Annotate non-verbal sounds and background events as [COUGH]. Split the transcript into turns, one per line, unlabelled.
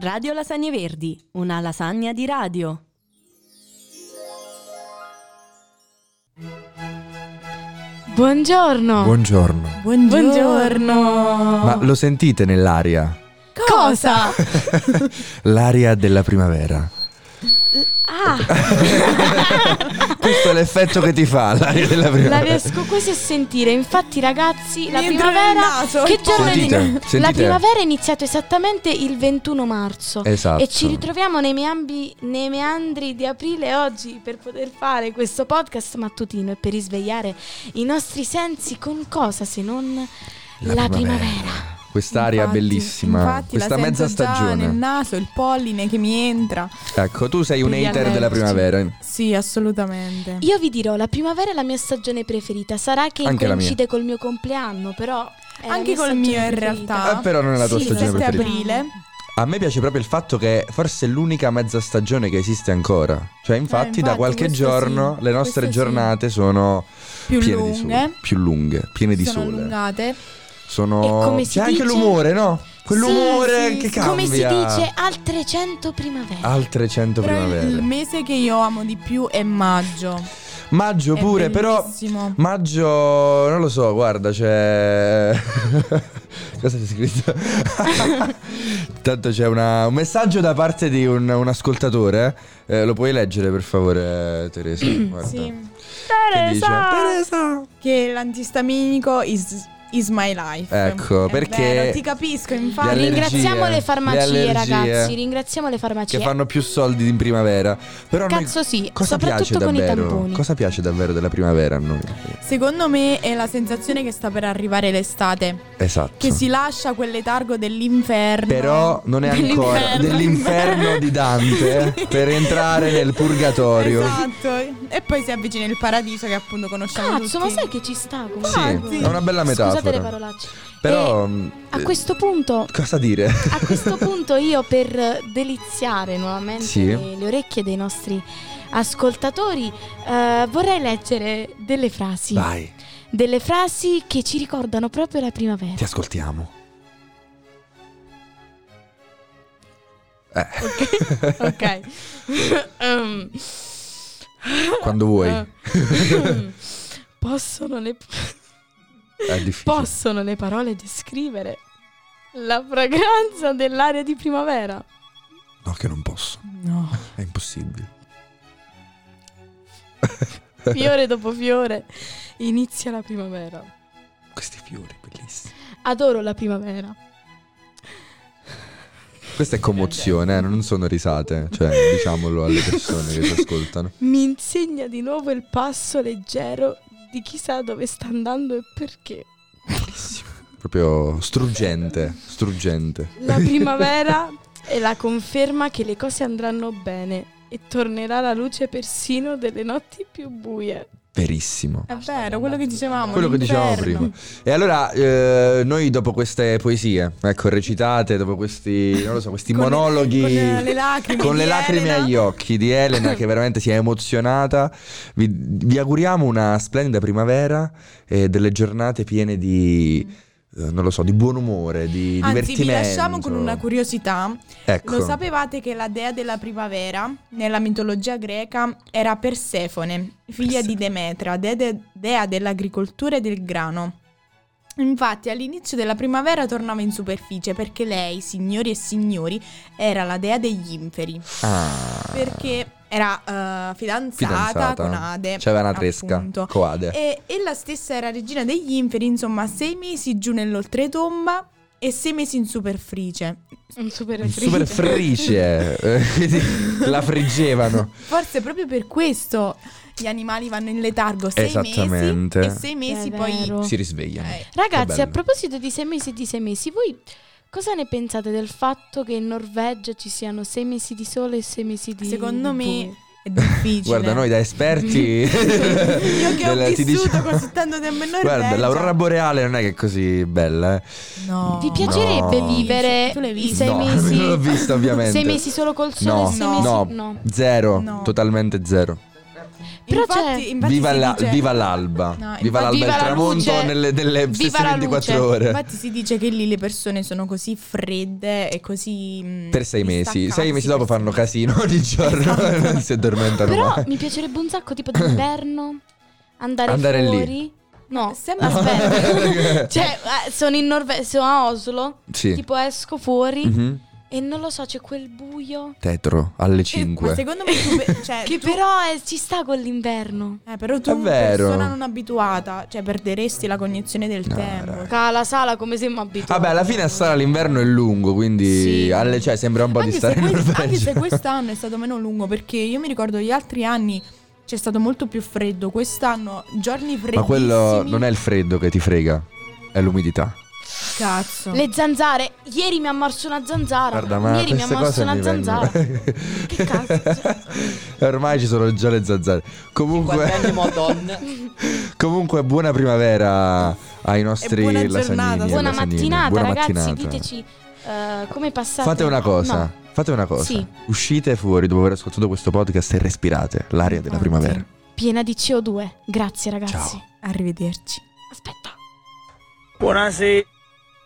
Radio Lasagne Verdi, una lasagna di radio.
Buongiorno.
Buongiorno.
Buongiorno.
Ma lo sentite nell'aria?
Cosa?
L'aria della primavera.
ah,
[LAUGHS] Questo è l'effetto che ti fa l'aria della
la
primavera.
riesco quasi a sentire. Infatti, ragazzi, la
Mi entra nel
primavera.
naso.
Che giorno
Sentite,
è iniziato? La
sentite.
primavera è iniziata esattamente il 21 marzo.
Esatto.
E ci ritroviamo nei, meambi- nei meandri di aprile oggi per poter fare questo podcast mattutino e per risvegliare i nostri sensi con cosa se non la, primavera.
Quest'aria
Infatti,
bellissima.
Infatti
Questa
la sento
mezza
già
stagione.
nel naso, il polline che mi entra.
Ecco, tu sei un
Per gli
hater della
allergici.
primavera.
Sì, assolutamente.
Io vi dirò, la primavera è la mia stagione preferita. Sarà che
Anche la mia.
coincide col mio compleanno, però. è la
Anche
mia
col mio,
stagione
in
preferita.
realtà.
Eh, però non è la tua
Ah. Sì,
stagione
sette
7
preferita.
aprile.
A me piace proprio il fatto che forse è l'unica mezza stagione che esiste ancora. Cioè, infatti, da
Eh, infatti,
qualche
questo
giorno
sì,
le nostre
questo sì.
giornate sono
Più
piene di sole,
lunghe.
più lunghe, piene di
sono
sole.
allungate.
Sono
E come si
C'è anche
dice?
l'umore, no? Quell'umore
Sì, sì,
che
sì.
cambia. Ah,
Come si dice, al 300 primavera.
Altre 100
Però il-
primavere.
il mese che io amo di più è maggio.
Maggio
È
pure, però
bellissimo.
maggio non lo so, guarda, c'è [LAUGHS] Cosa c'è scritto? [LAUGHS] Tanto c'è una- un messaggio da parte di un, un ascoltatore. eh, lo puoi leggere per favore,
[CLEARS THROAT]
Teresa? Guarda.
Sì.
Che dice? Teresa!
Che l'antistaminico is, is my life.
Ecco,
È
perché
vero, ti capisco, infatti.
Gli allergici-
Ringraziamo
allergie,
le farmacie,
le allergie.
ragazzi. Ringraziamo le farmacie.
Che fanno più soldi in primavera. Però noi-
Cazzo, sì,
cosa piace
soprattutto con i
davvero?
tamponi.
Cosa piace davvero della primavera a noi?
Secondo me è la sensazione che sta per arrivare l'estate.
Esatto.
Che si lascia quel letargo dell'inferno.
Però non
[LAUGHS]
è ancora
Dell'inferno.
dell'inferno di Dante eh, per entrare nel purgatorio.
Esatto. E poi si avvicina il paradiso che appunto conosciamo
Cazzo, ma
tutti.
sai che ci sta comunque?
Sì, è una bella
Scusate le
metafora.
parolacce.
Però
E
mh,
a
eh,
questo punto,
cosa dire?
a questo punto io per deliziare nuovamente
Sì.
le, le orecchie dei nostri ascoltatori, eh, vorrei leggere delle frasi.
Vai,
Delle frasi che ci ricordano proprio la primavera.
ti ascoltiamo. Eh,
Ok. Ehm.
[LAUGHS] quando vuoi. [LAUGHS]
Eh. Possono le
È difficile.
Possono le parole descrivere la fragranza dell'aria di primavera.
No, che non posso.
No.
È impossibile.
Fiore dopo fiore inizia la primavera.
Questi fiori bellissimi.
Adoro la primavera.
Questa è commozione, eh, non sono risate. Cioè, diciamolo alle persone che ci ascoltano.
Mi insegna di nuovo il passo leggero di chissà dove sta andando e perché.
Bellissimo. Proprio struggente, struggente.
La primavera è la conferma che le cose andranno bene e tornerà la luce persino delle notti più buie.
Verissimo.
È vero, quello che dicevamo.
Quello che dicevamo
l'inferno.
prima. E allora eh, noi dopo queste poesie, ecco, recitate, dopo questi, non lo so, questi
Con-
monologhi
Con eh, le lacrime.
con le
di
lacrime
Elena.
agli occhi di Elena che veramente si è emozionata, vi, vi auguriamo una splendida primavera e delle giornate piene di eh, non lo so, di buon umore, di
Anzi, vi
divertimento.
lasciamo con una curiosità.
Ecco.
Lo sapevate che la dea della primavera, nella mitologia greca, era Persefone, figlia di Demetra, de- de- dea dell'agricoltura e del grano. Infatti all'inizio della primavera tornava in superficie perché lei, signori e signori, era la dea degli inferi.
Ah.
Perché era eh, fidanzata,
Fidanzata.
con Ade.
C'aveva una tresca,
appunto.
coade.
E, e la stessa era regina degli inferi, insomma, sei mesi giù nell'oltretomba e sei mesi in superficie.
Un super
Un Super frice,
[LAUGHS]
eh, quindi la friggevano.
Forse proprio per questo gli animali vanno in letargo sei
Esattamente.
mesi e sei mesi poi...
Si risvegliano.
Eh,
Ragazzi,
bello.
a proposito di sei mesi e di sei mesi, voi cosa ne pensate del fatto che in Norvegia ci siano sei mesi di sole e sei mesi di
Secondo me-
buio?
è difficile.
Guarda,
[LAUGHS]
noi da esperti.
Io che ho
della- ti
vissuto
diciamo-
così tanto tempo in
Guarda,
Norvegia.
l'aurora boreale non è che è così bella. Eh.
No.
Vi piacerebbe
No.
vivere
Tu l'hai
i
visto?
sei
no,
mesi?
Non [LAUGHS] l'ho vista, ovviamente.
Sei mesi solo col sole
No,
e sei
No.
mesi
no,
no.
zero,
No.
totalmente zero.
Però
infatti,
c'è-
infatti
viva,
si
la-
dice-
viva l'alba.
No,
viva
infatti-
l'alba e
viva
il
la
tramonto
luce,
nelle delle
viva
stesse
la
24
luce.
ore.
Infatti si dice che lì le persone sono così fredde e così... mh,
per sei mesi.
distaccate,
Sei mesi
sì,
dopo
per sei
fanno
mesi.
casino [LAUGHS] ogni giorno e
Esatto.
non si addormentano
Però
mai.
mi piacerebbe un sacco tipo
[LAUGHS]
d'inverno andare,
Andare lì.
fuori. No,
Sembra-
[LAUGHS]
aspetta. cioè, eh, sono in Norvegia, sono a Oslo,
Sì.
tipo esco fuori
Mhm.
e non lo so, c'è quel buio
Tetro alle
Eh, Ma
5.
secondo me tu...
[LAUGHS]
pe- Cioè,
che
tu-
però eh, ci sta con l'inverno.
eh, però
È
tu,
vero.
persona non abituata, cioè perderesti la cognizione del
No,
tempo.
raga.
Cala sala come siamo abituati.
Vabbè, alla fine a Sara l'inverno è lungo, quindi
Sì.
alle- cioè, sembra un po' di
Anche
stare
se,
in
que-
Norvegia.
anche se quest'anno è stato meno lungo, perché io mi ricordo gli altri anni c'è stato molto più freddo. Quest'anno giorni freddissimi.
[LAUGHS] Ma quello non è il freddo che ti frega, è l'umidità.
Cazzo.
Le zanzare, ieri mi ha morso una zanzara.
Guarda, ma
ieri mi ha
queste
morso
cose
una
mi vengono.
zanzara.
[LAUGHS]
Che cazzo? cioè,
Ormai ci sono già le zanzare. Comunque, [LAUGHS]
Guadagni Madonna.
comunque buona primavera ai nostri
E buona
lasagnini
giornata.
e
Buona
lasagnine.
mattinata,
Buona
ragazzi.
mattinata.
Diteci eh, come passate.
Fate una cosa.
No.
Fate una cosa.
Sì.
Uscite fuori dopo aver ascoltato questo podcast e respirate l'aria della
Infatti.
primavera.
Piena di CO2. Grazie, ragazzi.
Ciao.
Arrivederci.
Aspetta.
Buonasera.